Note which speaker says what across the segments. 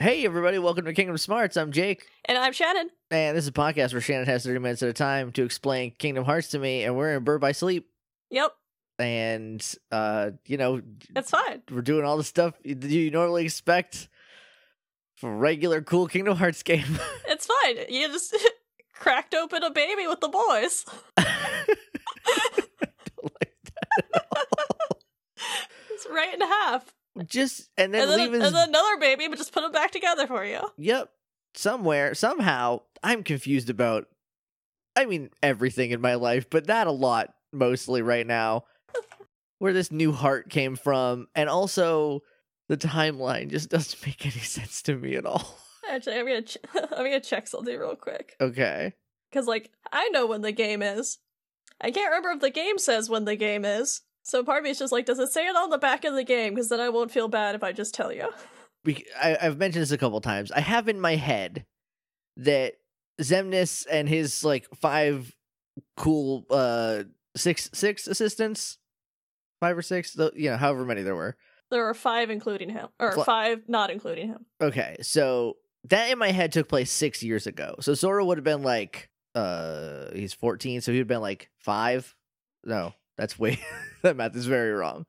Speaker 1: Hey, everybody, welcome to Kingdom Smarts. I'm Jake,
Speaker 2: And I'm Shannon.
Speaker 1: and this is a podcast where Shannon has 30 minutes at a time to explain Kingdom Hearts to me, and we're in Bird by Sleep.
Speaker 2: Yep,
Speaker 1: And, uh, you know,
Speaker 2: that's fine.
Speaker 1: we're doing all the stuff you- you normally expect for a regular cool Kingdom Hearts game.
Speaker 2: It's fine. You just cracked open a baby with the boys. It's right in half.
Speaker 1: Just, and then,
Speaker 2: and, then
Speaker 1: leave his.
Speaker 2: and then another baby, but just put them back together for you.
Speaker 1: yep. Somewhere, somehow, I'm confused about, I mean, everything in my life, but not a lot, mostly right now, where this new heart came from. And also, the timeline just doesn't make any sense to me at all.
Speaker 2: Actually, I'm gonna, ch- I'm gonna check something real quick.
Speaker 1: Okay.
Speaker 2: Because, like, I know when the game is. I can't remember if the game says when the game is. So part of me is just like, does it say it on the back of the game? Because then I won't feel bad if I just tell you.
Speaker 1: Bec- I, I've mentioned this a couple times. I have in my head that Zemnis and his like five cool uh six six assistants, five or six, th- you know, however many there were.
Speaker 2: There are five including him. Or
Speaker 1: Fla-
Speaker 2: five not including him.
Speaker 1: Okay, so that in my head took place six years ago. So Zora would have been like, uh, he's fourteen, so he'd have been like five. No, that's way that math is very wrong.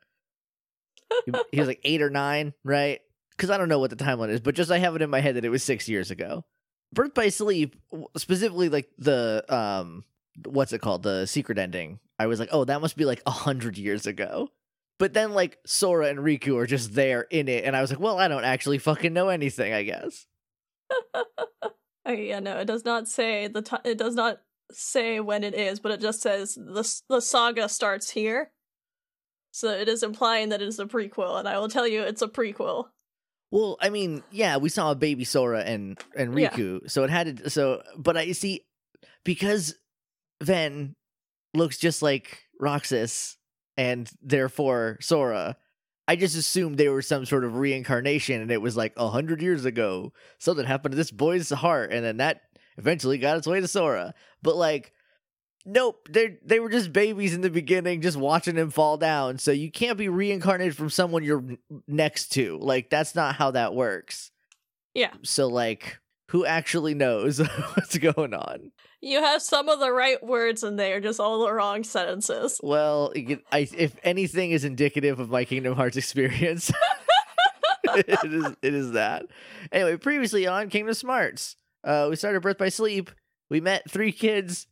Speaker 1: He, he was like eight or nine, right? Because I don't know what the timeline is, but just I have it in my head that it was six years ago. Birth by Sleep, w- specifically like the um, what's it called, the secret ending. I was like, oh, that must be like a hundred years ago. But then like Sora and Riku are just there in it, and I was like, well, I don't actually fucking know anything, I guess.
Speaker 2: Oh yeah, no, it does not say the ti it does not say when it is, but it just says the s- the saga starts here. So it is implying that it is a prequel, and I will tell you it's a prequel.
Speaker 1: Well, I mean, yeah, we saw a baby Sora and and
Speaker 2: Yeah.
Speaker 1: Riku, so it had to. So, but I see because Ven looks just like Roxas, and therefore Sora. I just assumed they were some sort of reincarnation, and it was like a hundred years ago something happened to this boy's heart, and then that eventually got its way to Sora. But like, nope, they they were just babies in the beginning, just watching him fall down. So you can't be reincarnated from someone you're next to. Like that's not how that works.
Speaker 2: Yeah.
Speaker 1: So like who actually knows what's going on?
Speaker 2: You have some of the right words in there, just all the wrong sentences.
Speaker 1: Well, you can- I, if anything is indicative of my Kingdom Hearts experience, it is it is that. Anyway, previously on Kingdom Smarts, uh, we started Birth by Sleep. We met three kids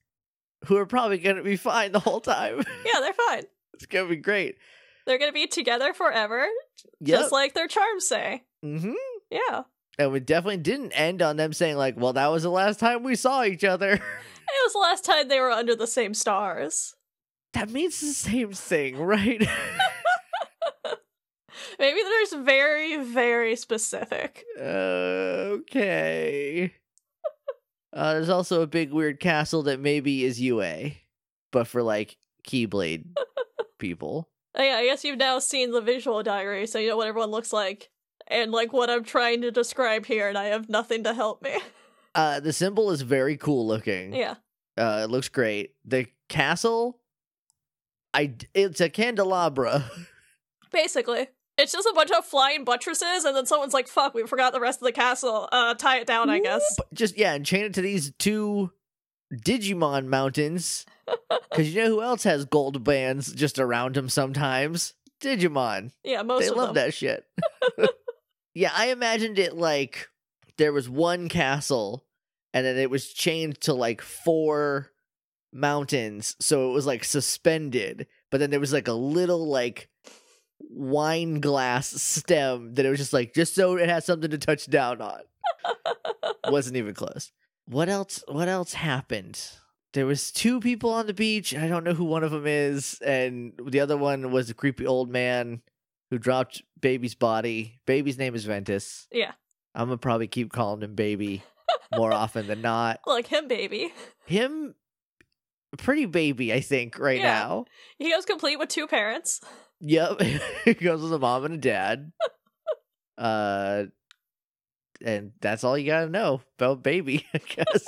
Speaker 1: who are probably going to be fine the whole time.
Speaker 2: Yeah, they're fine.
Speaker 1: it's going to be great.
Speaker 2: They're gonna be together forever,
Speaker 1: Yep.
Speaker 2: just like their charms say.
Speaker 1: mm-hmm.
Speaker 2: Yeah,
Speaker 1: And we definitely didn't end on them saying like, "Well, that was the last time we saw each other."
Speaker 2: it was the last time they were under the same stars.
Speaker 1: that means the same thing, right?
Speaker 2: Maybe there's very, very specific.
Speaker 1: okay. Uh, there's also a big weird castle that maybe is UA, but for like Keyblade people.
Speaker 2: Oh, yeah, I guess you've now seen the visual diary, so you know what everyone looks like and like what I'm trying to describe here, and I have nothing to help me.
Speaker 1: Uh, the symbol is very cool looking.
Speaker 2: yeah,
Speaker 1: Uh, it looks great. The castle, I d- it's a candelabra.
Speaker 2: basically. It's just a bunch of flying buttresses, and then someone's like, fuck, we forgot the rest of the castle. Uh, tie it down, I guess.
Speaker 1: But just yeah, and chain it to these two Digimon mountains. Because you know who else has gold bands just around him sometimes? Digimon.
Speaker 2: Yeah, most
Speaker 1: they
Speaker 2: of
Speaker 1: love
Speaker 2: them.
Speaker 1: that shit. yeah, I imagined it like there was one castle, and then it was chained to like four mountains, so it was like suspended. But then there was like a little like wine glass stem that it was just like just so it has something to touch down on. Wasn't even close. What else? What else happened? There was two people on the beach. I don't know who one of them is, and the other one was a creepy old man who dropped baby's body. Baby's name is Ventus.
Speaker 2: Yeah.
Speaker 1: I'm gonna probably keep calling him baby more often than not.
Speaker 2: Like him, baby.
Speaker 1: Him, pretty baby, I think right
Speaker 2: Yeah.
Speaker 1: now.
Speaker 2: He goes complete with two parents.
Speaker 1: Yep, he goes with a mom and a dad. Uh, and that's all you gotta know about baby, I guess.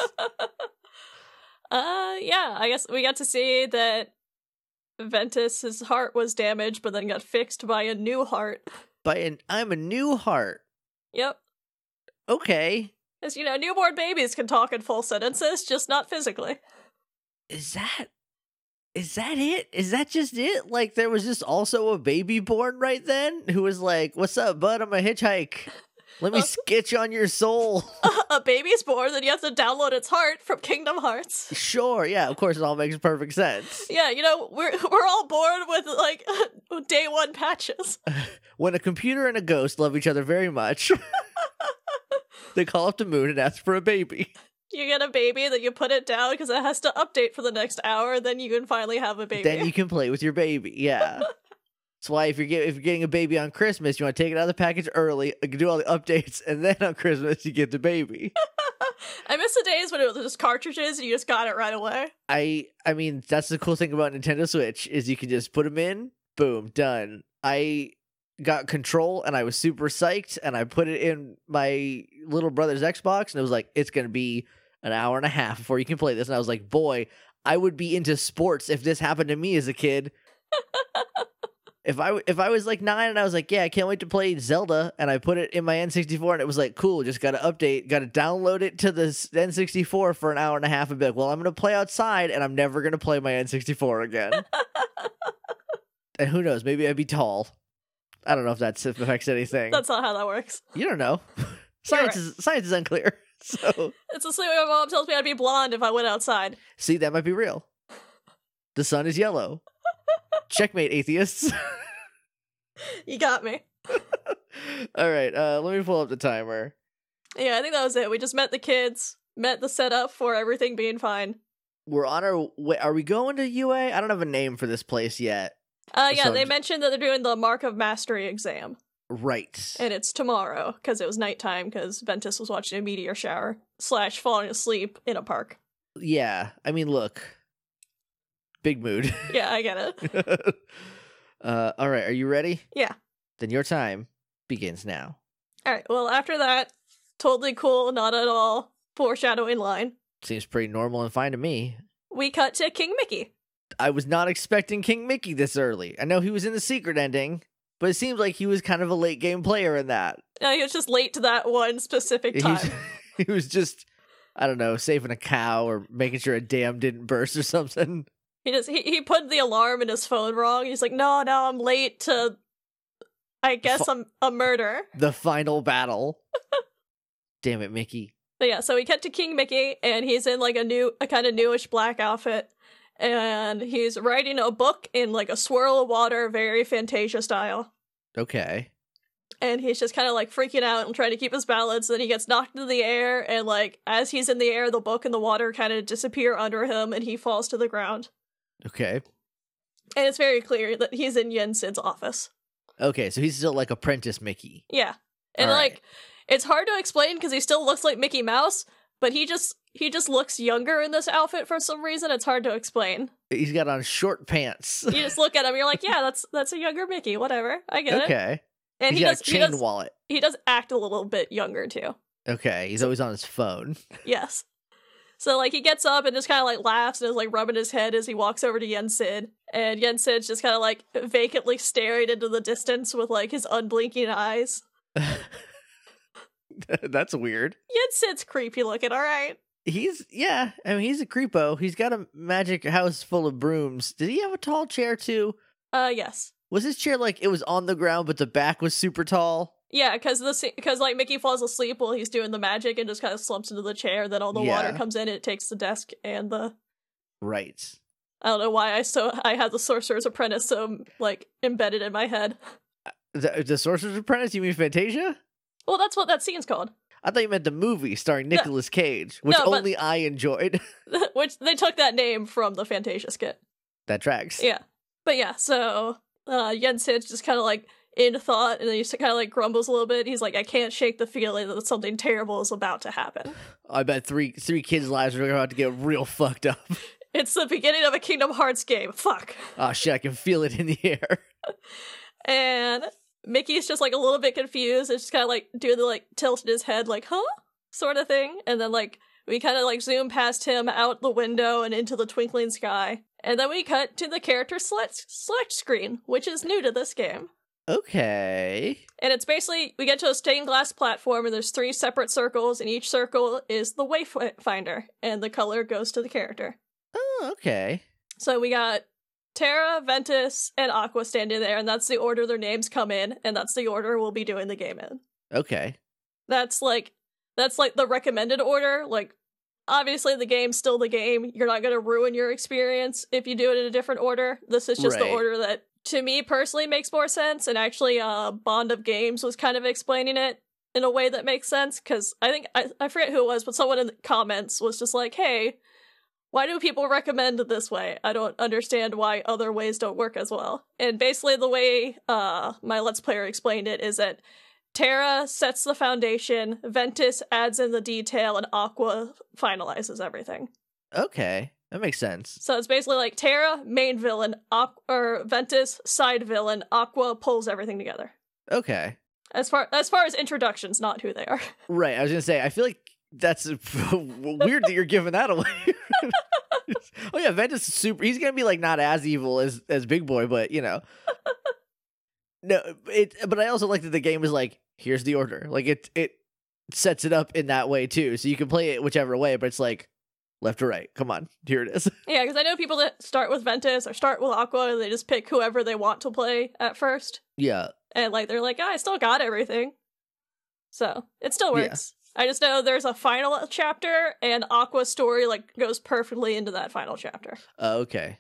Speaker 2: Uh, yeah, I guess we got to see that Ventus's heart was damaged, but then got fixed by a new heart.
Speaker 1: But an, I'm a new heart.
Speaker 2: Yep.
Speaker 1: Okay.
Speaker 2: As you know, newborn babies can talk in full sentences, just not physically.
Speaker 1: Is that is that it? Is that just it? Like there was just also a baby born right then who was like, "What's up, bud? I'm a hitchhike. Let me sketch on your soul."
Speaker 2: a baby's born, then you have to download its heart from Kingdom Hearts.
Speaker 1: sure, yeah, of course, it all makes perfect sense.
Speaker 2: Yeah, you know, we're we're all born with like day one patches.
Speaker 1: When a computer and a ghost love each other very much, they call up the moon and ask for a baby.
Speaker 2: You get a baby, then you put it down because it has to update for the next hour. Then you can finally have a baby.
Speaker 1: Then you can play with your baby. Yeah. That's why if you're get, if you're getting a baby on Christmas, you want to take it out of the package early, uh, do all the updates, and then on Christmas you get the baby.
Speaker 2: I miss the days when it was just cartridges and you just got it right away.
Speaker 1: I I mean that's the cool thing about Nintendo Switch is you can just put them in, boom, done. I got control and I was super psyched and I put it in my little brother's Xbox and it was like it's going to be an hour and a half before you can play this and I was like, "Boy, I would be into sports if this happened to me as a kid." if I w- if I was like 9 and I was like, "Yeah, I can't wait to play Zelda." And I put it in my N64 and it was like, "Cool, just got to update, got to download it to the s- N64 for an hour and a half and be like, "Well, I'm going to play outside and I'm never going to play my N64 again." and who knows, maybe I'd be tall. I don't know if that's if it affects anything.
Speaker 2: That's not how that works.
Speaker 1: you don't know. science
Speaker 2: right.
Speaker 1: is science is unclear. So
Speaker 2: It's the same way my mom tells me I'd be blonde if I went outside.
Speaker 1: see that might be real. The sun is yellow. Checkmate atheists.
Speaker 2: You got me.
Speaker 1: All right, uh, let me pull up the timer.
Speaker 2: Yeah, I think that was it. We just met the kids, met the setup for everything being fine.
Speaker 1: We're on our way. Are we going to UA? I don't have a name for this place yet.
Speaker 2: Uh, yeah,
Speaker 1: So-
Speaker 2: they mentioned that they're doing the Mark of Mastery exam,
Speaker 1: Right.
Speaker 2: and it's tomorrow because it was nighttime because Ventus was watching a meteor shower slash falling asleep in a park.
Speaker 1: yeah. I mean, look. Big mood.
Speaker 2: Yeah, I get it.
Speaker 1: uh, all right. Are you ready?
Speaker 2: Yeah.
Speaker 1: Then your time begins now.
Speaker 2: All right. Well, after that, totally cool, not at all foreshadowing line.
Speaker 1: Seems pretty normal and fine to me.
Speaker 2: We cut to King Mickey.
Speaker 1: I was not expecting King Mickey this early. I know he was in the secret ending, but it seems like he was kind of a late game player in that.
Speaker 2: Uh, he was just late to that one specific time.
Speaker 1: He, he was just, I don't know, saving a cow or making sure a dam didn't burst or something.
Speaker 2: He just he, he put the alarm in his phone wrong. He's like, no, no, I'm late to. I guess I'm a murder.
Speaker 1: The final battle. Damn it, Mickey.
Speaker 2: But yeah, so we cut to King Mickey, and he's in like a new, a kind of newish black outfit, and he's writing a book in like a swirl of water, very Fantasia style.
Speaker 1: Okay.
Speaker 2: And he's just kind of like freaking out and trying to keep his balance. Then he gets knocked into the air, and like as he's in the air, the book and the water kind of disappear under him, and he falls to the ground.
Speaker 1: Okay.
Speaker 2: And it's very clear that he's in Jensen's office.
Speaker 1: Okay, so he's still like apprentice Mickey.
Speaker 2: Yeah. And
Speaker 1: All right.
Speaker 2: like it's hard to explain because he still looks like Mickey Mouse, but he just he just looks younger in this outfit for some reason. It's hard to explain.
Speaker 1: He's got on short pants.
Speaker 2: You just look at him, you're like, yeah, that's that's a younger Mickey, whatever. I get it.
Speaker 1: okay.
Speaker 2: And
Speaker 1: he's
Speaker 2: he
Speaker 1: got
Speaker 2: does,
Speaker 1: a
Speaker 2: he
Speaker 1: chain
Speaker 2: does
Speaker 1: wallet.
Speaker 2: he does act a little bit younger too.
Speaker 1: Okay. He's always on his phone.
Speaker 2: Yes. So like he gets up and just kind of like laughs and is like rubbing his head as he walks over to Yensid, and Yensid's just kind of like vacantly staring into the distance with like his unblinking eyes.
Speaker 1: That's weird.
Speaker 2: Yensid's creepy looking, all right.
Speaker 1: He's yeah, I mean he's a creepo. He's got a magic house full of brooms. Did he have a tall chair too?
Speaker 2: Uh, yes.
Speaker 1: Was his chair like it was on the ground but the back was super tall?
Speaker 2: Yeah, because the because like Mickey falls asleep while he's doing the magic and just kind of slumps into the chair. Then all the
Speaker 1: Yeah.
Speaker 2: water comes in. and it takes the desk and the.
Speaker 1: Right.
Speaker 2: I don't know why I so I had the Sorcerer's Apprentice so like embedded in my head.
Speaker 1: The, the Sorcerer's Apprentice, you mean Fantasia?
Speaker 2: Well, that's what that scene's called,
Speaker 1: I thought you meant the movie starring Nicolas Cage, which
Speaker 2: No, but-
Speaker 1: only I enjoyed.
Speaker 2: which they took that name from the Fantasia skit.
Speaker 1: that tracks.
Speaker 2: Yeah, but yeah, so uh, Yensid just kind of like in thought, and then he just kind of like grumbles a little bit. He's like, I can't shake the feeling that something terrible is about to happen.
Speaker 1: I bet three three kids' lives are about to get real fucked up.
Speaker 2: It's the beginning of a Kingdom Hearts game. Fuck.
Speaker 1: Oh shit, I can feel it in the air.
Speaker 2: And Mickey's just like a little bit confused. It's just kind of like doing the like tilt in his head, like, huh? Sort of thing. And then like we kind of like zoom past him out the window and into the twinkling sky. And then we cut to the character select, select screen, which is new to this game.
Speaker 1: Okay.
Speaker 2: And it's basically we get to a stained glass platform, and there's three separate circles, and each circle is the wayfinder, and the color goes to the character.
Speaker 1: Oh, okay.
Speaker 2: So we got Terra, Ventus, and Aqua standing there, and that's the order their names come in, and that's the order we'll be doing the game in.
Speaker 1: Okay.
Speaker 2: That's like that's like the recommended order. Like obviously the game's still the game. You're not gonna ruin your experience if you do it in a different order. This is just the
Speaker 1: Right.
Speaker 2: order that to me personally makes more sense, and actually uh Bond of Games was kind of explaining it in a way that makes sense, because I think I, I forget who it was, but someone in the comments was just like, hey, why do people recommend it this way? I don't understand why other ways don't work as well. And basically, the way uh, my Let's Player explained it is that Terra sets the foundation, Ventus adds in the detail, and Aqua finalizes everything.
Speaker 1: Okay. That makes sense.
Speaker 2: So it's basically like Terra, main villain, Aqu- or Ventus, side villain, Aqua pulls everything together.
Speaker 1: Okay.
Speaker 2: As far as far as introductions, not who they are.
Speaker 1: Right. I was gonna say. I feel like that's weird that you're giving that away. oh yeah, Ventus is super. He's gonna be like not as evil as as Big Boy, but you know. No, it. But I also like that the game is like here's the order. Like it it sets it up in that way too, so you can play it whichever way. But it's like left or right. Come on, here it is.
Speaker 2: Yeah, because I know people that start with Ventus or start with Aqua, and they just pick whoever they want to play at first,
Speaker 1: yeah.
Speaker 2: and like they're like, "Ah, I still got everything, so it still
Speaker 1: Yeah.
Speaker 2: works. I just know there's a final chapter, and Aqua's story like goes perfectly into that final chapter.
Speaker 1: Uh, okay.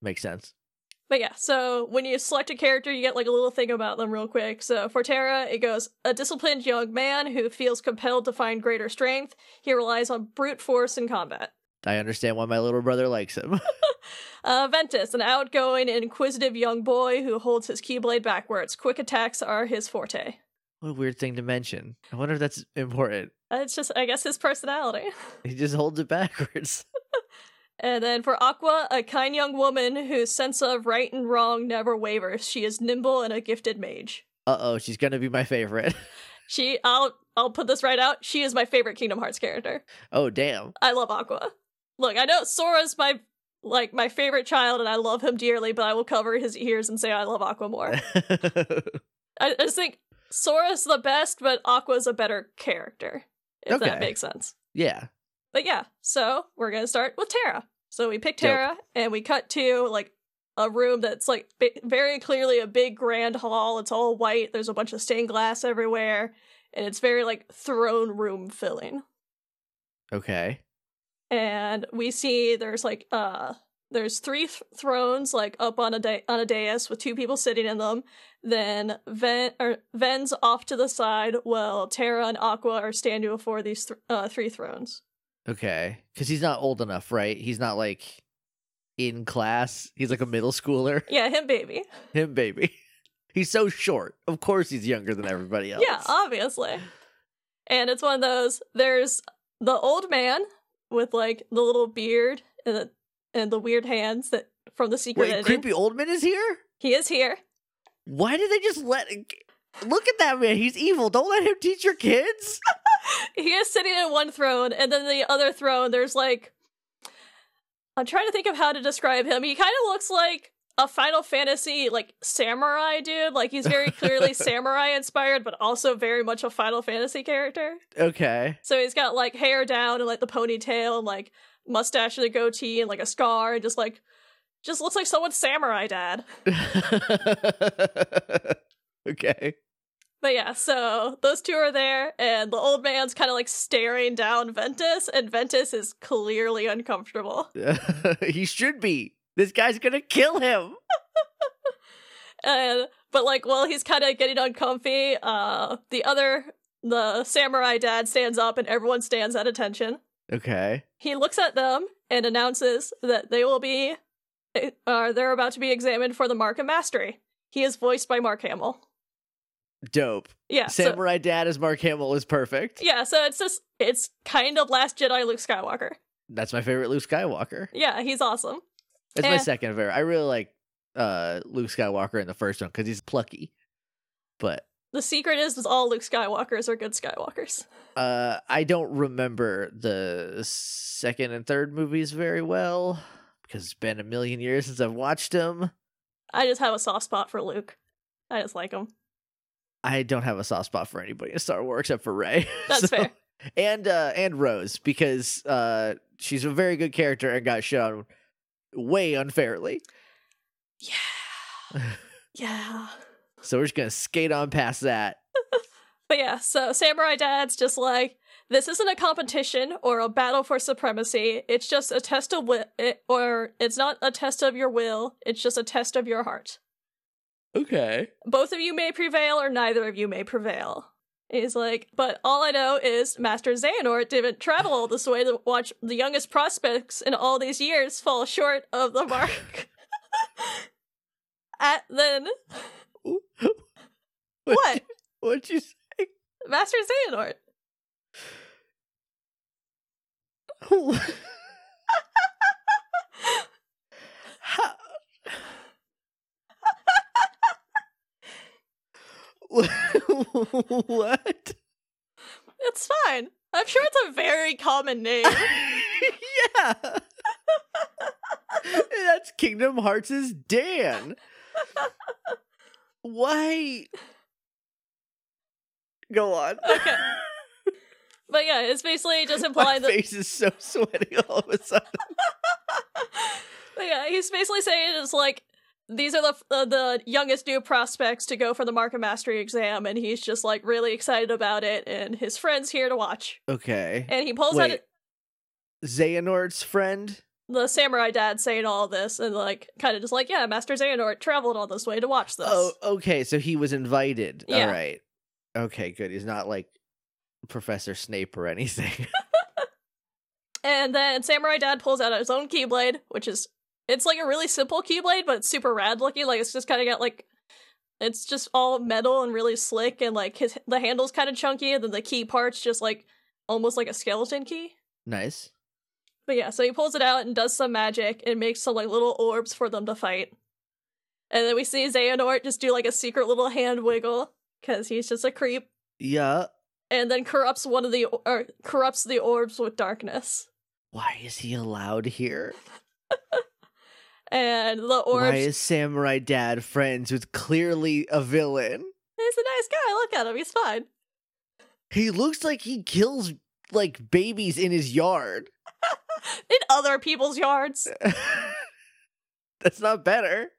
Speaker 1: Makes sense.
Speaker 2: But yeah, so when you select a character, you get like a little thing about them real quick. So for Terra, it goes a disciplined young man who feels compelled to find greater strength. He relies on brute force in combat.
Speaker 1: I understand why my little brother likes him.
Speaker 2: Uh, Ventus, an outgoing and inquisitive young boy who holds his keyblade backwards. Quick attacks are his forte.
Speaker 1: what a weird thing to mention. I wonder if that's important.
Speaker 2: Uh, It's just, I guess, his personality.
Speaker 1: He just holds it backwards.
Speaker 2: And then for Aqua, a kind young woman whose sense of right and wrong never wavers. She is nimble and a gifted mage.
Speaker 1: Uh oh, she's gonna be my favorite.
Speaker 2: She, I'll, I'll put this right out. She is my favorite Kingdom Hearts character.
Speaker 1: Oh damn.
Speaker 2: I love Aqua. Look, I know Sora's my, like, my favorite child, and I love him dearly. But I will cover his ears and say I love Aqua more. I, I just think Sora's the best, but Aqua's a better character, if
Speaker 1: Okay.
Speaker 2: that makes sense.
Speaker 1: yeah.
Speaker 2: But yeah, so we're gonna start with Terra. So we pick
Speaker 1: Dope.
Speaker 2: Terra, and we cut to like a room that's like b- very clearly a big grand hall. It's all white. There's a bunch of stained glass everywhere, and it's very like throne room filling.
Speaker 1: Okay.
Speaker 2: And we see there's like uh there's three th- thrones like up on a da- on a dais with two people sitting in them. Then Ven or Ven's off to the side while Terra and Aqua are standing before these th- uh, three thrones.
Speaker 1: Okay. Cause he's not old enough, right? He's not like in class. He's like a middle schooler.
Speaker 2: Yeah, him baby.
Speaker 1: Him baby. He's so short. Of course he's younger than everybody else.
Speaker 2: Yeah, obviously. And it's one of those. There's the old man with like the little beard and the and the weird hands that from the secret
Speaker 1: Wait,
Speaker 2: ending.
Speaker 1: creepy old man is here?
Speaker 2: He is here.
Speaker 1: Why did they just let look at that man? He's evil. Don't let him teach your kids.
Speaker 2: he is sitting in one throne, and then the other throne, there's like. I'm trying to think of how to describe him. He kind of looks like a Final Fantasy, like, samurai dude. Like, he's very clearly samurai inspired, but also very much a Final Fantasy character.
Speaker 1: Okay.
Speaker 2: So he's got, like, hair down and, like, the ponytail and, like, mustache and a goatee and, like, a scar and just, like, just looks like someone's samurai dad.
Speaker 1: okay.
Speaker 2: But yeah, so those two are there, and the old man's kind of like staring down Ventus, and Ventus is clearly uncomfortable.
Speaker 1: he should be. This guy's gonna kill him.
Speaker 2: And but like while he's kind of getting uncomfy, uh, the other the samurai dad stands up, and everyone stands at attention.
Speaker 1: Okay.
Speaker 2: He looks at them and announces that they will be, uh, they're about to be examined for the mark of mastery. He is voiced by Mark Hamill.
Speaker 1: Dope.
Speaker 2: Yeah, so,
Speaker 1: Samurai Dad as Mark Hamill is perfect.
Speaker 2: yeah. So it's just it's kind of Last Jedi Luke Skywalker.
Speaker 1: That's my favorite Luke Skywalker.
Speaker 2: Yeah, he's awesome.
Speaker 1: That's
Speaker 2: Eh.
Speaker 1: my second favorite. I really like uh Luke Skywalker in the first one because he's plucky. But
Speaker 2: The secret is, is all Luke Skywalkers are good Skywalkers.
Speaker 1: uh I don't remember the second and third movies very well because it's been a million years since I've watched them.
Speaker 2: I just have a soft spot for Luke. I just like them.
Speaker 1: I don't have a soft spot for anybody in Star Wars except for Ray.
Speaker 2: That's fair.
Speaker 1: And uh, and Rose because uh, she's a very good character and got shit on way unfairly.
Speaker 2: Yeah. yeah.
Speaker 1: So we're just gonna skate on past that.
Speaker 2: But yeah, so Samurai Dad's just like, this isn't a competition or a battle for supremacy. It's just a test of will, it, or it's not a test of your will. It's just a test of your heart.
Speaker 1: Okay.
Speaker 2: Both of you may prevail, or neither of you may prevail. He's like, but all I know is Master Xehanort didn't travel all this way to watch the youngest prospects in all these years fall short of the mark. At then, what?
Speaker 1: What'd you say?
Speaker 2: Master Xehanort.
Speaker 1: How- what?
Speaker 2: It's fine. I'm sure it's a very common name.
Speaker 1: yeah. That's Kingdom Hearts' Dan. Why? Go on.
Speaker 2: Okay. But yeah, it's basically just
Speaker 1: My
Speaker 2: implying that
Speaker 1: face is so sweaty all of a sudden.
Speaker 2: But yeah, he's basically saying it's like these are the uh, the youngest new prospects to go for the market mastery exam, and he's just like really excited about it, and his friend's here to watch,
Speaker 1: Okay.
Speaker 2: and he pulls out
Speaker 1: Wait. Xehanort's friend?
Speaker 2: the samurai dad saying all this, and like kind of just like yeah, Master Xehanort traveled all this way to watch this.
Speaker 1: Oh, okay. So he was invited.
Speaker 2: Yeah.
Speaker 1: All right. Okay, good. He's not like Professor Snape or anything.
Speaker 2: And then samurai dad pulls out his own keyblade, which is it's like a really simple keyblade, but it's super rad looking. Like it's just kind of got like. It's just all metal and really slick, and like his the handle's kind of chunky, and then the key part's just like almost like a skeleton key.
Speaker 1: nice.
Speaker 2: But yeah, so he pulls it out and does some magic and makes some like little orbs for them to fight. And then we see Xehanort just do like a secret little hand wiggle because he's just a creep,
Speaker 1: Yeah.
Speaker 2: and then corrupts one of the or corrupts the orbs with darkness.
Speaker 1: Why is he allowed here?
Speaker 2: And the orbs,
Speaker 1: Why is Samurai Dad friends with clearly a villain?
Speaker 2: he's a nice guy. Look at him; he's fine.
Speaker 1: He looks like he kills like babies in his yard.
Speaker 2: In other people's yards.
Speaker 1: That's not better.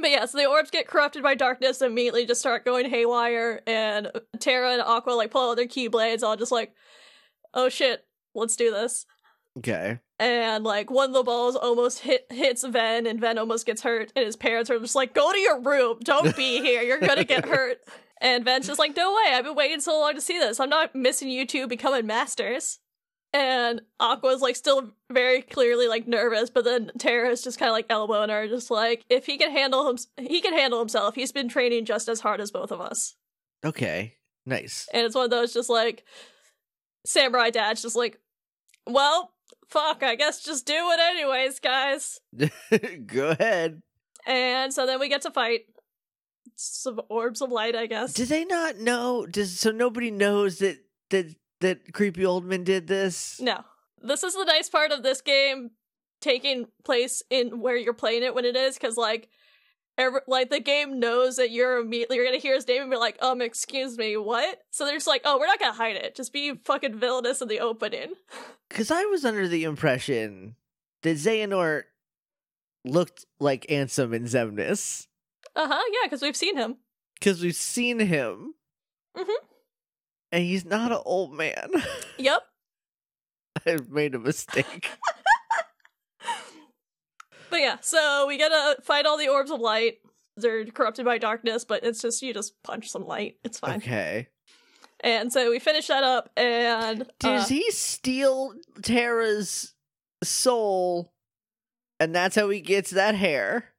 Speaker 2: But yeah, so the orbs get corrupted by darkness and immediately just start going haywire, and Terra and Aqua like pull out their keyblades, all just like, oh shit, let's do this.
Speaker 1: Okay.
Speaker 2: and like one of the balls almost hit hits Ven, and Ven almost gets hurt, and his parents are just like, "Go to your room. Don't be here. You're gonna get hurt." And Ven's just like, "No way. I've been waiting so long to see this. I'm not missing you two becoming masters." And Aqua's like still very clearly like nervous, but then Terra's just kind of like elbowing her, just like, "If he can handle him, he can handle himself. He's been training just as hard as both of us."
Speaker 1: Okay. Nice.
Speaker 2: And it's one of those just like samurai dad's just like, well, fuck, I guess just do it anyways, guys.
Speaker 1: Go ahead.
Speaker 2: And so then we get to fight some orbs of light, I guess.
Speaker 1: Do they not know? Does so nobody knows that that that creepy old man did this?
Speaker 2: no. This is the nice part of this game taking place in where you're playing it when it is, because like every, like the game knows that you're immediately you're gonna hear his name and be like, um, excuse me, what? So they're just like, oh, we're not gonna hide it. Just be fucking villainous in the opening.
Speaker 1: Because I was under the impression that Xehanort looked like Ansem in Zemnis.
Speaker 2: Uh-huh, yeah, because we've seen him.
Speaker 1: Because we've seen him.
Speaker 2: Mhm.
Speaker 1: And he's not an old man.
Speaker 2: Yep.
Speaker 1: I've made a mistake.
Speaker 2: But yeah, so we gotta fight all the orbs of light. They're corrupted by darkness, but it's just you just punch some light. It's fine.
Speaker 1: okay.
Speaker 2: And so we finish that up, and
Speaker 1: Does
Speaker 2: uh,
Speaker 1: he steal Tara's soul? And that's how he gets that hair.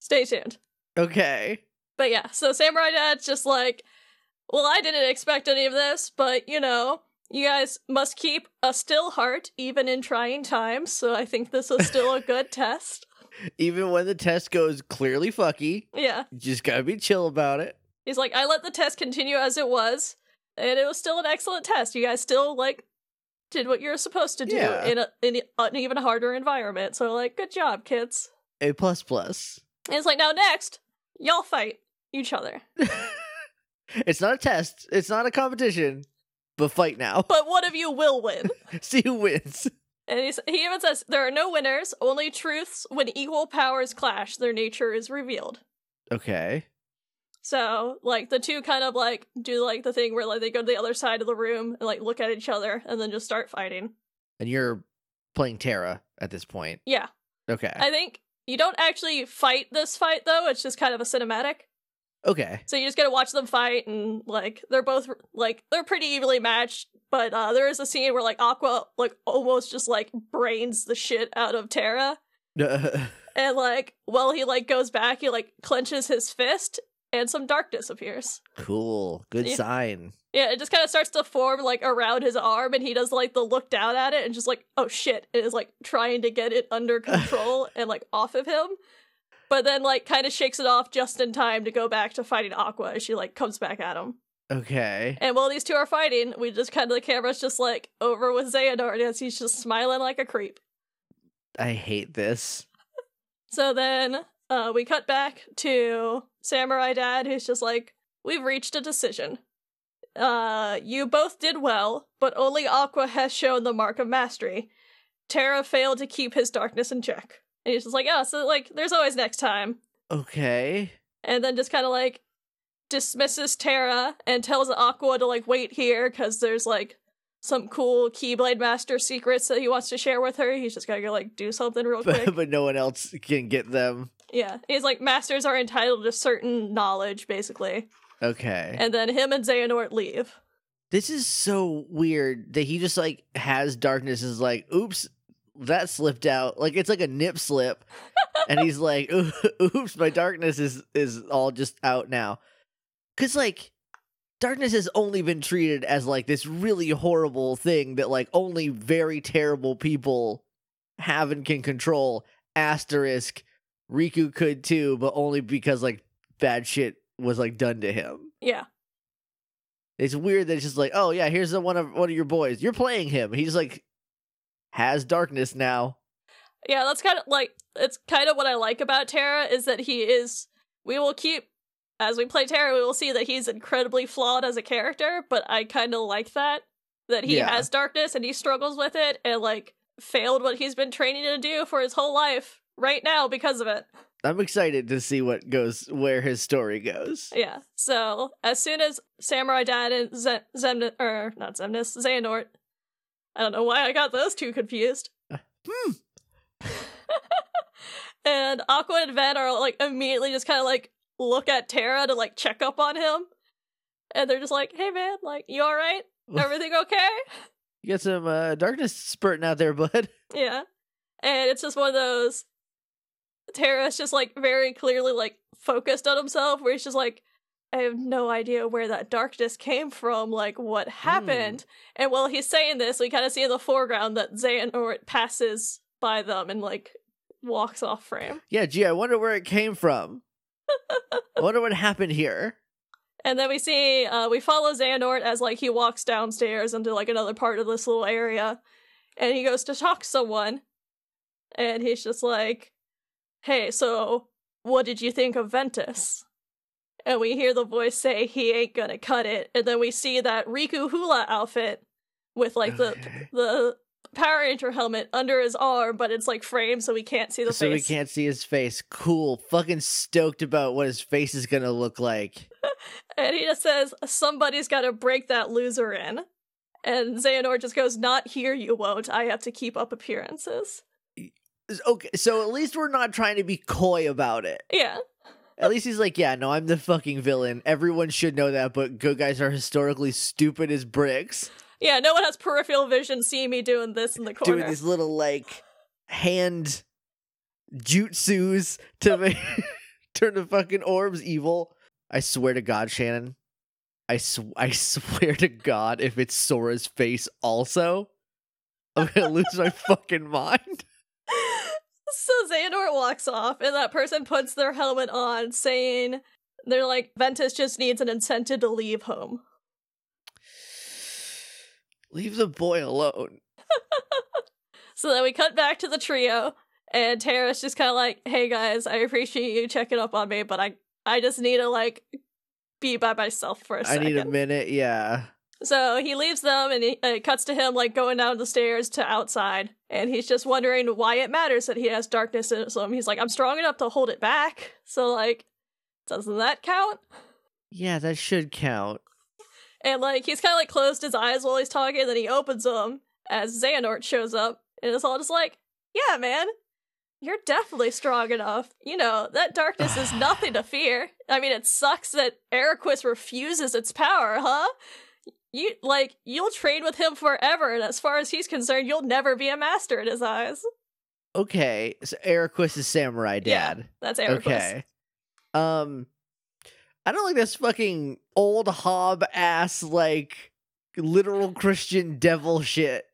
Speaker 2: stay tuned.
Speaker 1: Okay.
Speaker 2: But yeah, so Samurai Dad's just like, well, I didn't expect any of this, but you know, you guys must keep a still heart even in trying times. So I think this is still a good test.
Speaker 1: Even when the test goes clearly fucky,
Speaker 2: Yeah,
Speaker 1: you just gotta be chill about it.
Speaker 2: he's like, I let the test continue as it was, and it was still an excellent test. You guys still like did what you're supposed to do
Speaker 1: Yeah.
Speaker 2: in, a, in an even harder environment. So, like, good job, kids.
Speaker 1: A plus plus.
Speaker 2: And it's like, now next, y'all fight each other.
Speaker 1: It's not a test. It's not a competition. But fight now.
Speaker 2: But one of you will win.
Speaker 1: See who wins.
Speaker 2: And he's, he even says, There are no winners, only truths. When equal powers clash, their nature is revealed.
Speaker 1: Okay.
Speaker 2: So, like, the two kind of like do like the thing where like they go to the other side of the room and like look at each other and then just start fighting.
Speaker 1: And you're playing Terra at this point.
Speaker 2: Yeah.
Speaker 1: Okay.
Speaker 2: I think you don't actually fight this fight though, it's just kind of a cinematic.
Speaker 1: okay.
Speaker 2: So you just gotta watch them fight, and like they're both like they're pretty evenly matched. But uh, there is a scene where like Aqua like almost just like brains the shit out of Terra, and like while he like goes back, he like clenches his fist, and some darkness appears.
Speaker 1: cool. Good
Speaker 2: Yeah.
Speaker 1: sign.
Speaker 2: Yeah, it just kind of starts to form like around his arm, and he does like the look down at it and just like oh shit, and is like trying to get it under control and like off of him. But then like kind of shakes it off just in time to go back to fighting Aqua as she like comes back at him.
Speaker 1: Okay.
Speaker 2: And while these two are fighting, we just kind of the camera's just like over with Xehanort as he's just smiling like a creep.
Speaker 1: I hate this.
Speaker 2: So then uh, we cut back to Samurai Dad, who's just like, "We've reached a decision. Uh, you both did well, but only Aqua has shown the mark of mastery. Terra failed to keep his darkness in check." And he's just like, "Oh, so like, there's always next time."
Speaker 1: Okay.
Speaker 2: and then just kind of like dismisses Terra and tells Aqua to like wait here because there's like some cool Keyblade Master secrets that he wants to share with her. He's just gotta go like do something real quick.
Speaker 1: But, but no one else can get them.
Speaker 2: yeah, he's like masters are entitled to certain knowledge basically,
Speaker 1: Okay.
Speaker 2: and then him and Xehanort leave.
Speaker 1: this is so weird that he just like has darkness is like, oops, that slipped out. Like it's like a nip slip. and he's like, "Oo- oops, my darkness is is all just out now. Cause like darkness has only been treated as like this really horrible thing that like only very terrible people have and can control. Asterisk Riku could too, but only because like bad shit was like done to him.
Speaker 2: Yeah,
Speaker 1: It's weird that it's just like, oh yeah, here's the one of one of your boys. You're playing him. He's like has darkness now.
Speaker 2: yeah, that's kind of like it's kind of what I like about Terra is that he is. We will keep as we play Terra, we will see that he's incredibly flawed as a character, but I kind of like that. That he
Speaker 1: Yeah.
Speaker 2: has darkness and he struggles with it and like failed what he's been training to do for his whole life right now because of it.
Speaker 1: I'm excited to see what goes where his story goes.
Speaker 2: Yeah. So as soon as Samurai Dad and Ze- Zemnis, or not Zemnis, Xehanort, I don't know why I got those two confused.
Speaker 1: Hmm.
Speaker 2: And Aqua and Ven are like immediately just kind of like look at Terra to like check up on him. And they're just like, hey man, like, you alright? Everything okay?
Speaker 1: You got some uh, darkness spurting out there, bud.
Speaker 2: Yeah. And it's just one of those Terra's just like very clearly like focused on himself where he's just like, I have no idea where that darkness came from, like what happened. And while he's saying this, we kind of see in the foreground that Xehanort passes by them and like walks off frame.
Speaker 1: Yeah, gee, I wonder where it came from. I wonder what happened here.
Speaker 2: And then we see uh, we follow Xehanort as like he walks downstairs into like another part of this little area, and he goes to talk to someone, and he's just like, "Hey, so what did you think of Ventus?" And we hear the voice say, "He ain't gonna cut it." And then we see that Riku Hula outfit with like the
Speaker 1: Okay.
Speaker 2: the Power Ranger helmet under his arm, but it's like framed so we can't see the
Speaker 1: so
Speaker 2: face.
Speaker 1: we can't see his face. Cool. Fucking stoked about what his face is gonna look like.
Speaker 2: And he just says, Somebody's gotta break that loser in. And Xehanort just goes, Not here, you won't. I have to keep up appearances.
Speaker 1: Okay, so at least we're not trying to be coy about it.
Speaker 2: Yeah.
Speaker 1: At least he's like, yeah, no, I'm the fucking villain. Everyone should know that, but good guys are historically stupid as bricks.
Speaker 2: Yeah, no one has peripheral vision seeing me doing this in the corner.
Speaker 1: Doing these little like hand jutsus to make turn the fucking orbs evil. I swear to God, Shannon. I sw- I swear to God, if it's Sora's face also, I'm gonna lose my fucking mind.
Speaker 2: so Xehanort walks off, and that person puts their helmet on, saying, They're like, Ventus just needs an incentive to leave home.
Speaker 1: Leave the boy alone.
Speaker 2: So then we cut back to the trio, And Tara's just kind of like, "Hey guys, I appreciate you checking up on me, but I I just need to like be by myself for a
Speaker 1: I
Speaker 2: second.
Speaker 1: need a minute. Yeah.
Speaker 2: So he leaves them and he, it cuts to him like going down the stairs to outside. And he's just wondering why it matters that he has darkness in him. He's like, I'm strong enough to hold it back. So, like, doesn't that count?
Speaker 1: Yeah, that should count.
Speaker 2: And like, he's kind of like closed his eyes while he's talking. And then he opens them as Xehanort shows up. And it's all just like, yeah, man, you're definitely strong enough. You know, that darkness is nothing to fear. I mean, it sucks that Eriquis refuses its power, huh? You like you'll train with him forever, and as far as he's concerned, you'll never be a master in his eyes.
Speaker 1: Okay, so Eriquis is samurai
Speaker 2: Yeah,
Speaker 1: dad.
Speaker 2: That's Eriquis.
Speaker 1: okay. Um I don't like this fucking old hob ass like literal Christian devil shit.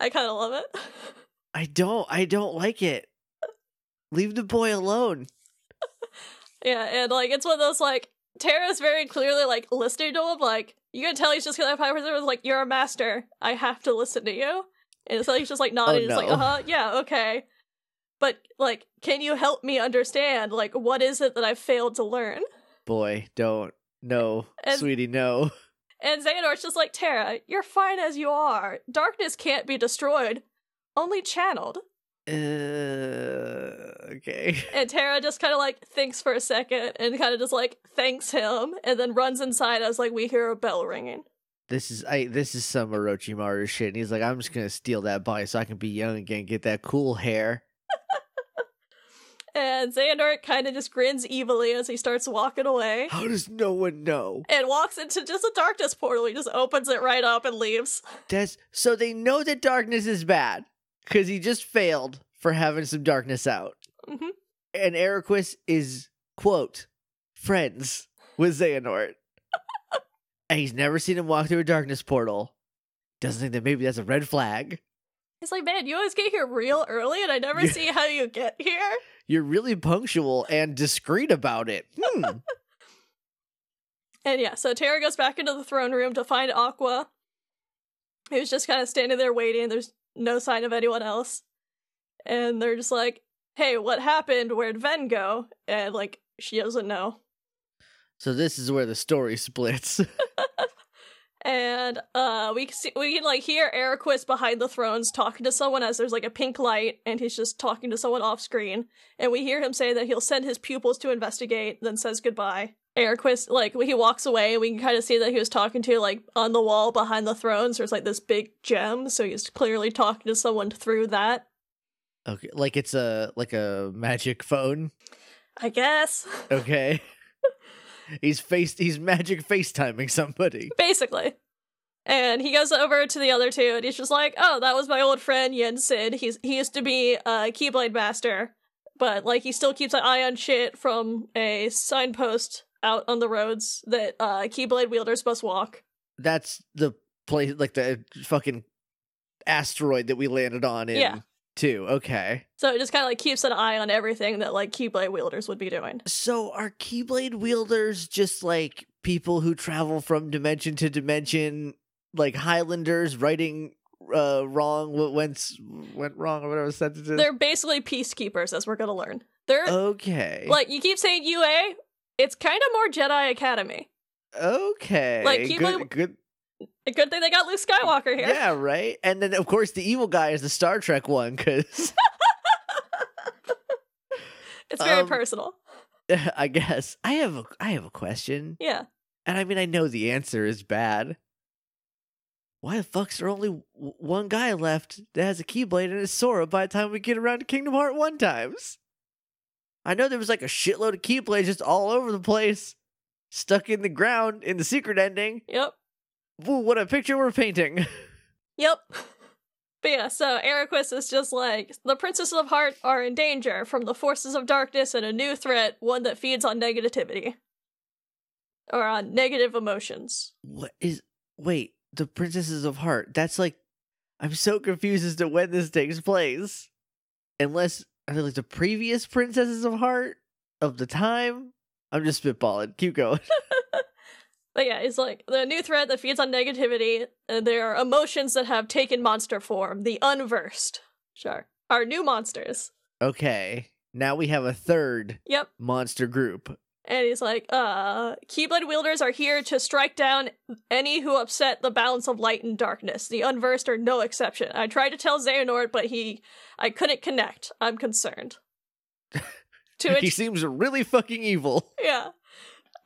Speaker 2: I kind of love it.
Speaker 1: I don't I don't like it. Leave the boy alone.
Speaker 2: yeah, and like it's one of those like Tara's very clearly like listening to him. Like you can tell he's just gonna have high reserve. Like you're a master. I have to listen to you. And so he's just like nodding. He's like,
Speaker 1: no.
Speaker 2: uh huh, yeah, okay. But like, can you help me understand? Like, what is it that I've failed to learn?
Speaker 1: Boy, don't. No,
Speaker 2: And-
Speaker 1: sweetie, no.
Speaker 2: And Xehanort's just like, Tara, you're fine as you are. Darkness can't be destroyed, only channeled.
Speaker 1: Uh, okay.
Speaker 2: And Tara just kind of like thinks for a second and kind of just like thanks him and then runs inside as like we hear a bell ringing.
Speaker 1: This is I this is some Orochimaru shit. And he's like, I'm just gonna steal that body so I can be young again, get that cool hair.
Speaker 2: And Xehanort kind of just grins evilly as he starts walking away
Speaker 1: How does no one know?
Speaker 2: and walks into just a darkness portal. He just opens it right up and leaves.
Speaker 1: That's so they know that darkness is bad because he just failed for having some darkness out.
Speaker 2: Mhm.
Speaker 1: And Eriquis is quote friends with Xehanort, and he's never seen him walk through a darkness portal. Doesn't think that maybe that's a red flag.
Speaker 2: He's like, man, you always get here real early and I never
Speaker 1: Yeah.
Speaker 2: see how you get here.
Speaker 1: You're really punctual and discreet about it. Hmm.
Speaker 2: And yeah, so Tara goes back into the throne room to find Aqua, who's just kind of standing there waiting. There's no sign of anyone else. And they're just like, hey, what happened? Where'd Ven go? And like, she doesn't know.
Speaker 1: so this is where the story splits.
Speaker 2: And uh, we can see, we can like hear Eriquis behind the thrones talking to someone as there's like a pink light, and he's just talking to someone off screen. And we hear him say that he'll send his pupils to investigate, then says goodbye. Eriquis like he walks away, and we can kind of see that he was talking to like on the wall behind the thrones. There's like this big gem, so he's clearly talking to someone through that.
Speaker 1: okay, like it's a like a magic phone.
Speaker 2: I guess
Speaker 1: Okay. He's face he's magic FaceTiming somebody.
Speaker 2: basically. And he goes over to the other two, and he's just like, "Oh, that was my old friend Yen Sid. He's he used to be a Keyblade master, but like he still keeps an eye on shit from a signpost out on the roads that uh, Keyblade wielders must walk."
Speaker 1: That's the place like the fucking asteroid that we landed on in
Speaker 2: Yeah.
Speaker 1: too. Okay.
Speaker 2: So it just kind of like keeps an eye on everything that like Keyblade wielders would be doing.
Speaker 1: So are keyblade wielders just like people who travel from dimension to dimension like Highlanders writing uh wrong what went went wrong or whatever sentence it is?
Speaker 2: They're basically peacekeepers, as we're gonna learn. They're
Speaker 1: Okay.
Speaker 2: like you keep saying UA. It's kind of more Jedi Academy.
Speaker 1: okay.
Speaker 2: like,
Speaker 1: good,
Speaker 2: Keyblade-
Speaker 1: good
Speaker 2: A good thing they got Luke Skywalker here.
Speaker 1: Yeah, right. And then of course the evil guy is the Star Trek one because
Speaker 2: it's very
Speaker 1: um,
Speaker 2: personal.
Speaker 1: I guess I have a I have a question,
Speaker 2: Yeah.
Speaker 1: and I mean I know the answer is bad. Why the fuck's there only w- one guy left that has a keyblade and a Sora by the time we get around to Kingdom Heart one times? I know there was like a shitload of keyblades just all over the place, stuck in the ground in the secret ending.
Speaker 2: Yep.
Speaker 1: Ooh, what a picture we're painting!
Speaker 2: Yep. But yeah, so Eriquis is just like the Princesses of Heart are in danger from the forces of darkness and a new threat, one that feeds on negativity or on negative emotions.
Speaker 1: what is? Wait, the Princesses of Heart. That's like, I'm so confused as to when this takes place. Unless I feel like the previous Princesses of Heart of the time. I'm just spitballing. Keep going.
Speaker 2: But yeah, it's like the new thread that feeds on negativity. Uh, there are emotions that have taken monster form, the unversed. Sure. Are new monsters.
Speaker 1: Okay. Now we have a third
Speaker 2: Yep.
Speaker 1: monster group.
Speaker 2: And he's like, uh, Keyblade wielders are here to strike down any who upset the balance of light and darkness. The unversed are no exception. I tried to tell Xehanort, but he, I couldn't connect. I'm concerned. to
Speaker 1: he
Speaker 2: which,
Speaker 1: seems really fucking evil.
Speaker 2: yeah.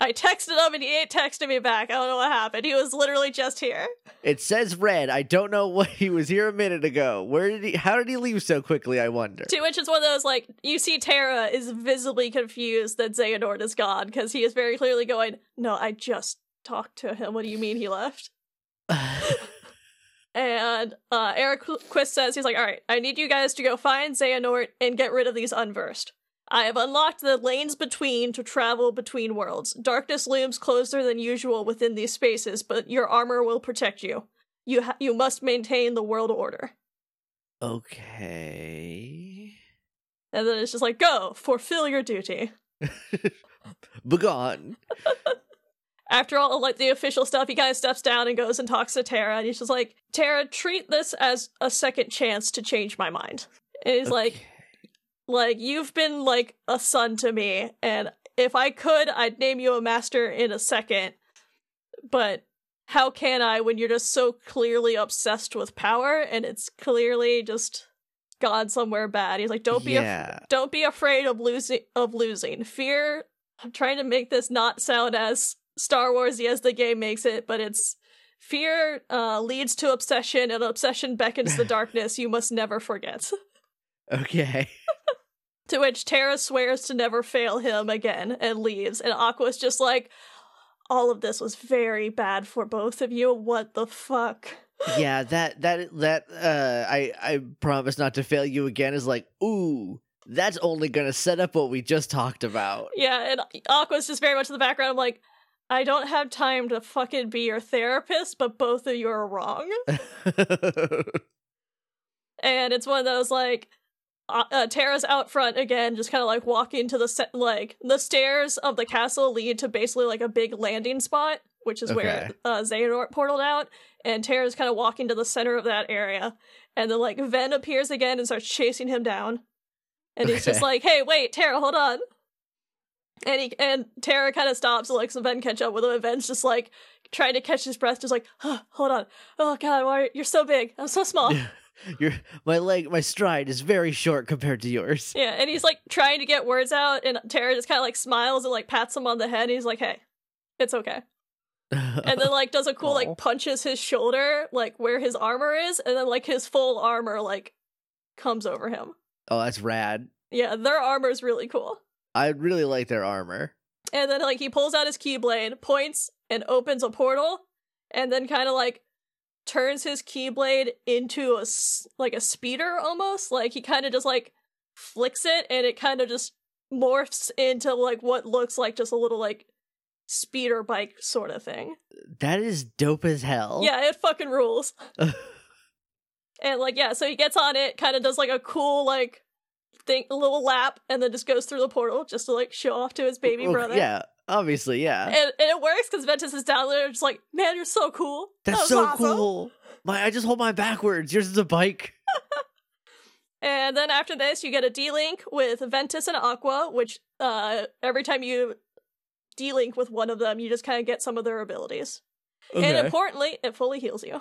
Speaker 2: I texted him and he ain't texted me back. I don't know what happened. He was literally just here.
Speaker 1: It says red. I don't know what he was here a minute ago. Where did he how did he leave so quickly, I wonder?
Speaker 2: To which is one of those, like, you see Terra is visibly confused that Xehanort is gone because he is very clearly going, No, I just talked to him. What do you mean he left? And uh, Eric Quist says, he's like, all right, I need you guys to go find Xehanort and get rid of these unversed. I have unlocked the lanes between to travel between worlds. Darkness looms closer than usual within these spaces, but your armor will protect you. You ha- you must maintain the world order.
Speaker 1: okay.
Speaker 2: And then it's just like, go, fulfill your duty.
Speaker 1: Begone.
Speaker 2: After all, like the official stuff, he kind of steps down and goes and talks to Tara, and he's just like, Tara, treat this as a second chance to change my mind. And he's like,
Speaker 1: Okay.
Speaker 2: Like, you've been like a son to me, and if I could, I'd name you a master in a second. But how can I when you're just so clearly obsessed with power and it's clearly just gone somewhere bad? He's like, don't be af-
Speaker 1: yeah.
Speaker 2: don't be afraid of losing of losing. Fear I'm trying to make this not sound as Star Warsy as the game makes it, but it's fear uh, leads to obsession and obsession beckons the darkness you must never forget.
Speaker 1: Okay.
Speaker 2: To which Tara swears to never fail him again and leaves. And Aqua's just like, all of this was very bad for both of you. What the fuck?
Speaker 1: yeah, that that that uh I I promise not to fail you again is like, ooh, that's only gonna set up what we just talked about.
Speaker 2: Yeah, and Aqua's just very much in the background. I'm like, I don't have time to fucking be your therapist, but both of you are wrong. and it's one of those like uh, uh, Tara's out front again, just kind of like walking to the set. Like the stairs of the castle lead to basically like a big landing spot, which is where
Speaker 1: Okay.
Speaker 2: uh, Xehanort portaled out. And Tara's kind of walking to the center of that area, and then like Ven appears again and starts chasing him down. And he's just
Speaker 1: Okay.
Speaker 2: like, "Hey, wait, Tara, hold on." And he and Tara kind of stops and lets Ven catch up with him. And Ven's just like trying to catch his breath, just like, "Huh, "Hold on, oh god, why you're so big? I'm so small."
Speaker 1: Your my leg my stride is very short compared to yours.
Speaker 2: Yeah, and he's like trying to get words out, and Tara just kind of like smiles and like pats him on the head. And he's like, "Hey, it's okay." And then like does a cool
Speaker 1: Aw.
Speaker 2: like punches his shoulder, like where his armor is, and then like his full armor like comes over him.
Speaker 1: oh, that's rad.
Speaker 2: Yeah, their armor is really cool.
Speaker 1: I really like their armor.
Speaker 2: And then like he pulls out his keyblade, points, and opens a portal, and then kind of like turns his keyblade into a s- like a speeder almost. Like he kind of just like flicks it, and it kind of just morphs into like what looks like just a little like speeder bike sort of thing.
Speaker 1: That is dope as hell.
Speaker 2: Yeah, it fucking rules. and like yeah, so he gets on it, kind of does like a cool like thing, a little lap, and then just goes through the portal just to like show off to his baby
Speaker 1: Well,
Speaker 2: brother.
Speaker 1: Oh, Yeah, obviously, yeah.
Speaker 2: and, and it works because Ventus is down there, and just like, man, you're so cool. That
Speaker 1: That's
Speaker 2: was
Speaker 1: so
Speaker 2: awesome."
Speaker 1: cool. My I just hold mine backwards. Yours is a bike.
Speaker 2: And then after this, you get a D link with Ventus and Aqua, which uh, every time you D link with one of them, you just kind of get some of their abilities. And
Speaker 1: Okay.
Speaker 2: importantly, it fully heals you.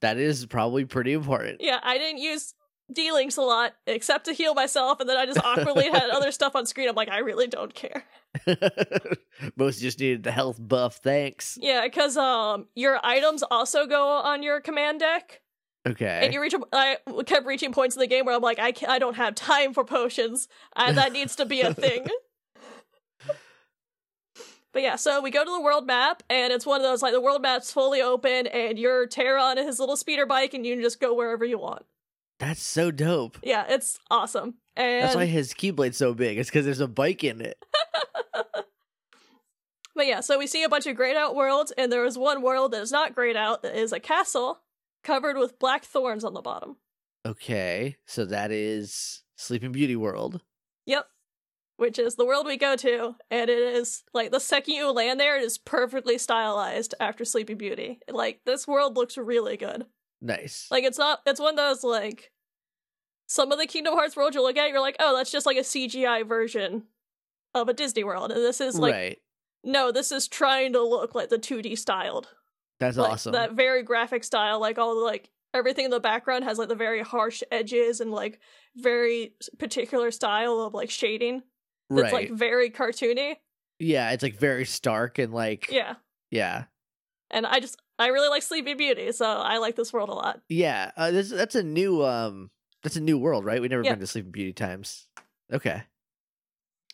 Speaker 1: that is probably pretty important.
Speaker 2: Yeah, I didn't use D links a lot except to heal myself, and then I just awkwardly had other stuff on screen. I'm like, I really don't care.
Speaker 1: Most just needed the health buff. Thanks.
Speaker 2: Yeah, because um, your items also go on your command deck.
Speaker 1: Okay.
Speaker 2: and you reach a, I kept reaching points in the game where I'm like, I, ca- I don't have time for potions. Uh, that needs to be a thing. but yeah, so we go to the world map, and it's one of those like the world map's fully open, and you're Terra on his little speeder bike, and you can just go wherever you want.
Speaker 1: That's so dope.
Speaker 2: Yeah, it's awesome. And
Speaker 1: That's why his keyblade's so big. It's because there's a bike in it.
Speaker 2: But yeah, so we see a bunch of grayed out worlds, and there is one world that is not grayed out that is a castle covered with black thorns on the bottom.
Speaker 1: Okay, so that is Sleeping Beauty World.
Speaker 2: Yep. which is the world we go to, and it is like the second you land there, it is perfectly stylized after Sleeping Beauty. Like this world looks really good.
Speaker 1: Nice.
Speaker 2: Like it's not it's one of those like some of the Kingdom Hearts world you look at, you're like, oh, that's just like a CGI version of a Disney world. And this is like
Speaker 1: right.
Speaker 2: no, this is trying to look like the 2D styled.
Speaker 1: That's
Speaker 2: like,
Speaker 1: awesome.
Speaker 2: That very graphic style, like all the like everything in the background has like the very harsh edges and like very particular style of like shading.
Speaker 1: right.
Speaker 2: It's like very cartoony.
Speaker 1: yeah, it's like very stark and like yeah.
Speaker 2: Yeah.
Speaker 1: yeah.
Speaker 2: And I just I really like Sleepy Beauty, so I like this world a lot.
Speaker 1: Uh, this that's a new um that's a new world, right? We've never
Speaker 2: Yeah.
Speaker 1: been to Sleeping Beauty times. Okay.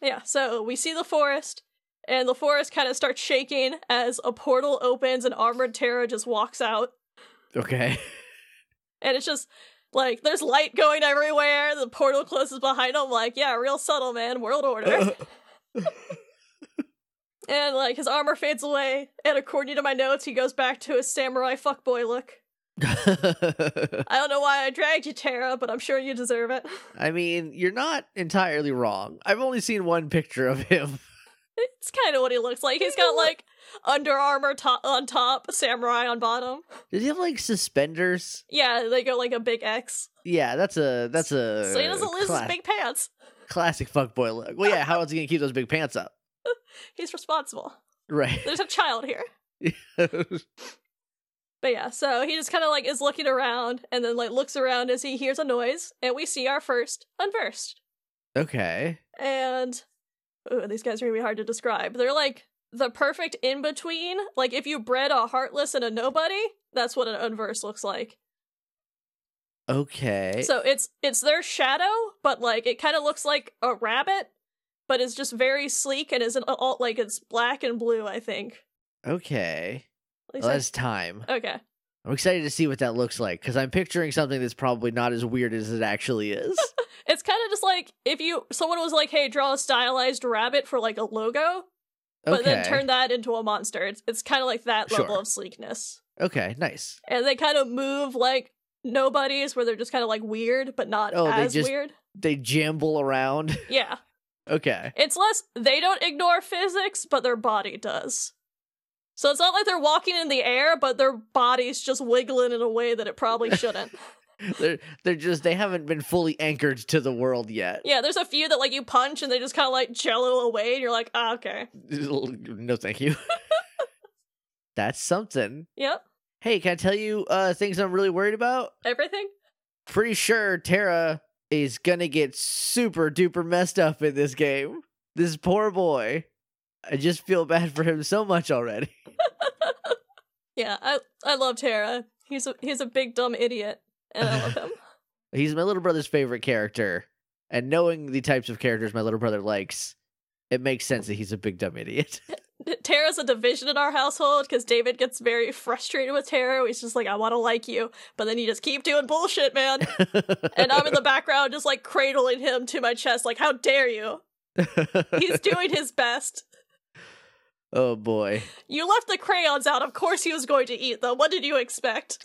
Speaker 2: Yeah, so we see the forest, and the forest kind of starts shaking as a portal opens and Armored Terra just walks out.
Speaker 1: Okay.
Speaker 2: And it's just like there's light going everywhere, the portal closes behind him, like, yeah, real subtle, man, world order. and like his armor fades away, and according to my notes, he goes back to his samurai fuckboy look. I don't know why I dragged you, Terra, but I'm sure you deserve it.
Speaker 1: I mean, you're not entirely wrong. I've only seen one picture of him.
Speaker 2: It's kind of what he looks like. He's got like Under Armour top on top, samurai on bottom.
Speaker 1: Does he have like suspenders?
Speaker 2: Yeah, they go like a big X.
Speaker 1: Yeah, that's a that's a
Speaker 2: so he doesn't lose
Speaker 1: cla-
Speaker 2: his big pants.
Speaker 1: classic fuckboy look. Well, yeah, how else he gonna keep those big pants up?
Speaker 2: He's responsible.
Speaker 1: Right.
Speaker 2: There's a child here. But yeah, so he just kind of like is looking around and then like looks around as he hears a noise and we see our first unversed.
Speaker 1: okay.
Speaker 2: And ooh, these guys are gonna be hard to describe. They're like the perfect in between. Like if you bred a heartless and a nobody, that's what an unversed looks like.
Speaker 1: Okay.
Speaker 2: So it's it's their shadow, but like it kind of looks like a rabbit, but it's just very sleek and is an all like it's black and blue. I think.
Speaker 1: okay.
Speaker 2: At least
Speaker 1: Well,
Speaker 2: I-
Speaker 1: that's time.
Speaker 2: okay.
Speaker 1: I'm excited to see what that looks like because I'm picturing something that's probably not as weird as it actually is.
Speaker 2: It's kind of just like if you someone was like, "Hey, draw a stylized rabbit for like a logo," but
Speaker 1: okay.
Speaker 2: then turn that into a monster. It's it's kind of like that level
Speaker 1: Sure.
Speaker 2: of sleekness,
Speaker 1: okay. Nice.
Speaker 2: and they kind of move like nobodies, where they're just kind of like weird, but not
Speaker 1: Oh, they
Speaker 2: as
Speaker 1: just-
Speaker 2: weird.
Speaker 1: They jamble around.
Speaker 2: Yeah,
Speaker 1: okay.
Speaker 2: it's less they don't ignore physics, but their body does. So it's not like they're walking in the air, but their body's just wiggling in a way that it probably shouldn't.
Speaker 1: They're they're just they haven't been fully anchored to the world yet.
Speaker 2: yeah, there's a few that like you punch and they just kind of like jello away, and you're like, ah, okay,
Speaker 1: No, thank you. that's something.
Speaker 2: yep,
Speaker 1: Hey, can I tell you uh things I'm really worried about?
Speaker 2: everything.
Speaker 1: Pretty sure Tara is gonna get super duper messed up in this game. This poor boy. I just feel bad for him so much already.
Speaker 2: Yeah, I I love Tara. He's a he's a big dumb idiot, and I love him.
Speaker 1: He's my little brother's favorite character, and knowing the types of characters my little brother likes, it makes sense that he's a big dumb idiot.
Speaker 2: Tara's a division in our household because David gets very frustrated with Tara. He's just like, I want to like you, but then you just keep doing bullshit, man. And I'm in the background, just like cradling him to my chest, like, how dare you? He's doing his best.
Speaker 1: oh boy.
Speaker 2: You left the crayons out. Of course, he was going to eat them. What did you expect?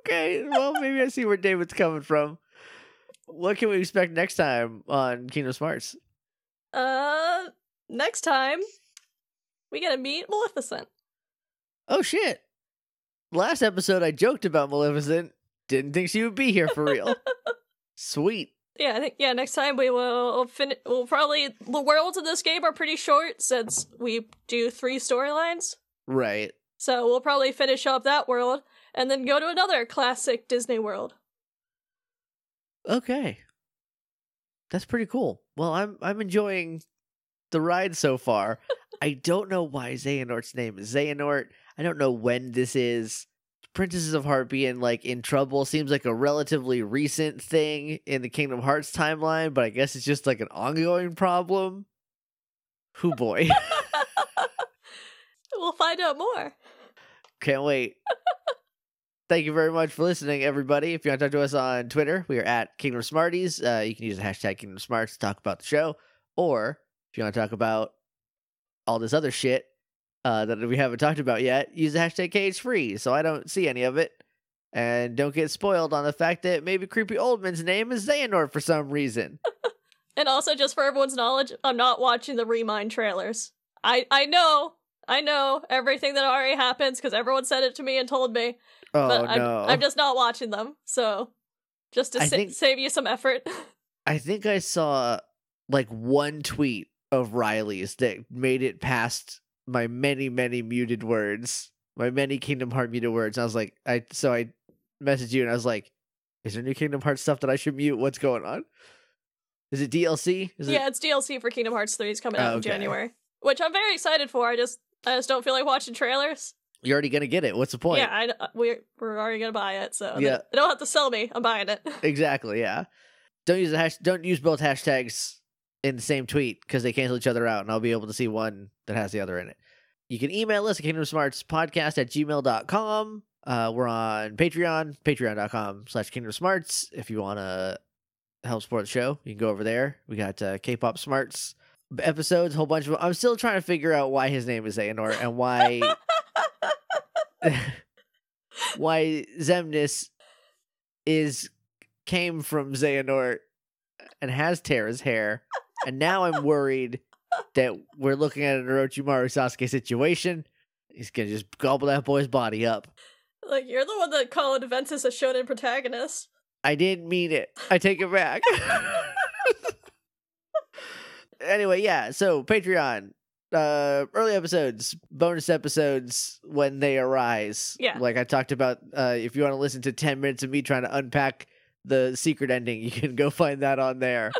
Speaker 1: okay. Well, maybe I see where David's coming from. What can we expect next time on Kingdom Smarts?
Speaker 2: Uh, next time we gotta meet Maleficent.
Speaker 1: Oh shit. Last episode I joked about Maleficent. Didn't think she would be here for real. Sweet.
Speaker 2: Yeah, I think yeah. Next time we will finish. We'll probably the worlds of this game are pretty short since we do three storylines.
Speaker 1: Right.
Speaker 2: So we'll probably finish up that world and then go to another classic Disney world.
Speaker 1: Okay. That's pretty cool. Well, I'm I'm enjoying the ride so far. I don't know why Xehanort's name is Xehanort. I don't know when this is. Princesses of Heart being like in trouble seems like a relatively recent thing in the Kingdom Hearts timeline, but I guess it's just like an ongoing problem. Who boy.
Speaker 2: We'll find out more.
Speaker 1: Can't wait. Thank you very much for listening, everybody. If you want to talk to us on Twitter, we are at Kingdom Smarties. Uh, you can use the hashtag Kingdom Smarts to talk about the show. Or if you want to talk about all this other shit uh, that we haven't talked about yet, use the hashtag cage free so I don't see any of it. And don't get spoiled on the fact that maybe creepy old man's name is Xehanort for some reason.
Speaker 2: And also, just for everyone's knowledge, I'm not watching the Remind trailers. I I know, I know everything that already happens because everyone said it to me and told me.
Speaker 1: Oh
Speaker 2: but I'm,
Speaker 1: no.
Speaker 2: I'm just not watching them. So, just to
Speaker 1: I
Speaker 2: sa-
Speaker 1: think-
Speaker 2: save you some effort.
Speaker 1: I think I saw like one tweet of Riley's that made it past my many, many muted words, my many Kingdom Heart muted words. And I was like, I so I messaged you and I was like, is there new Kingdom Hearts stuff that I should mute? What's going on? Is it DLC? Is
Speaker 2: yeah,
Speaker 1: It, Oh,
Speaker 2: it's DLC for Kingdom Hearts 3 is coming out
Speaker 1: Okay.
Speaker 2: in January, which I'm very excited for. I just I just don't feel like watching trailers.
Speaker 1: you're already gonna get it. What's the point?
Speaker 2: Yeah, I, uh, we're we're already gonna buy it, so they-
Speaker 1: Yeah.
Speaker 2: they don't have to sell me. I'm buying it.
Speaker 1: Exactly. Yeah. Don't use the hash. Don't use both hashtags in the same tweet because they cancel each other out, and I'll be able to see one that has the other in it. You can email us at kingdomsmartspodcast at gmail.com. Uh, we're on Patreon, patreon.com slash kingdomsmarts. If you want to help support the show, you can go over there. We got uh, K-pop smarts episodes, a whole bunch of them. I'm still trying to figure out why his name is Xehanort and why... why Zemnis is came from Xehanort and has Terra's hair, and now I'm worried that we're looking at an Orochimaru Sasuke situation. He's gonna just gobble that boy's body up.
Speaker 2: like you're the one that called Ventus a shonen protagonist.
Speaker 1: I didn't mean it. I take it back. anyway, yeah, so Patreon. Uh early episodes, bonus episodes when they arise.
Speaker 2: Yeah.
Speaker 1: Like I talked about uh if you want to listen to 10 minutes of me trying to unpack the secret ending, you can go find that on there.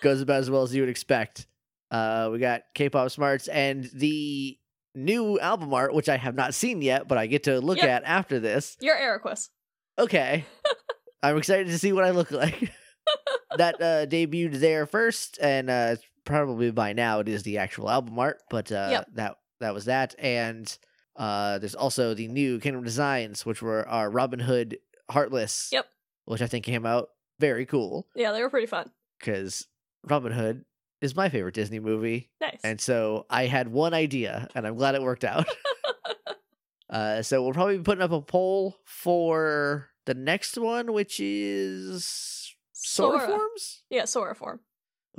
Speaker 1: Goes about as well as you would expect. Uh we got K-pop smarts and the new album art which I have not seen yet, but I get to look
Speaker 2: Yep.
Speaker 1: at after this
Speaker 2: You're Eriquis.
Speaker 1: okay. I'm excited to see what I look like. that uh, debuted there first, and uh, probably by now it is the actual album art. But uh,
Speaker 2: Yep.
Speaker 1: that that was that, and uh, there's also the new Kingdom Designs, which were our Robin Hood Heartless.
Speaker 2: Yep.
Speaker 1: Which I think came out very cool
Speaker 2: Yeah, they were pretty fun.
Speaker 1: because Robin Hood is my favorite Disney movie.
Speaker 2: Nice.
Speaker 1: And so I had one idea, and I'm glad it worked out. uh, so we'll probably be putting up a poll for the next one, which is solar
Speaker 2: Sora.
Speaker 1: forms.
Speaker 2: Yeah, Sora form.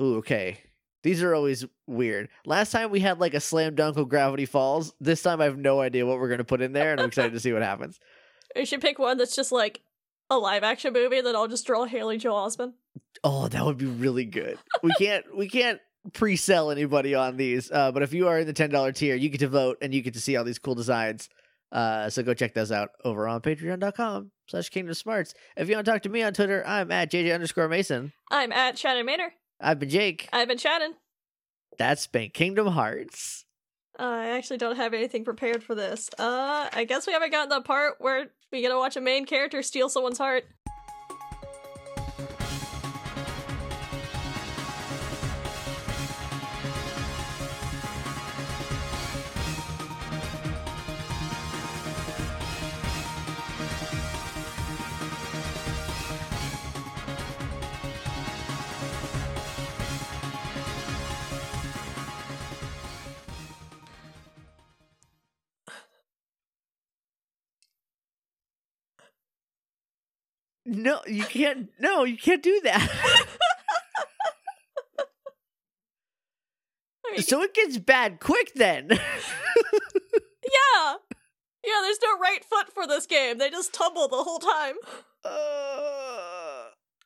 Speaker 1: Ooh, okay. These are always weird. Last time we had like a slam dunk of Gravity Falls. This time I have no idea what we're gonna put in there, and I'm excited to see what happens.
Speaker 2: You should pick one that's just like a live action movie that I'll just draw Haley Joel Osment.
Speaker 1: Oh, that would be really good. We can't we can't pre-sell anybody on these. Uh, but if you are in the ten dollar tier, you get to vote and you get to see all these cool designs. Uh, so go check those out over on patreon.com slash kingdom smarts. If you want to talk to me on Twitter, I'm at JJ underscore Mason.
Speaker 2: I'm at Shannon Manor.
Speaker 1: I've been Jake.
Speaker 2: I've been Shannon.
Speaker 1: That's been Kingdom Hearts.
Speaker 2: I actually don't have anything prepared for this. Uh, I guess we haven't gotten the part where we get to watch a main character steal someone's heart.
Speaker 1: No, you can't no, you can't do that.
Speaker 2: I mean,
Speaker 1: so it gets bad quick then.
Speaker 2: yeah, yeah. There's no right foot for this game. They just tumble the whole time.
Speaker 1: Uh,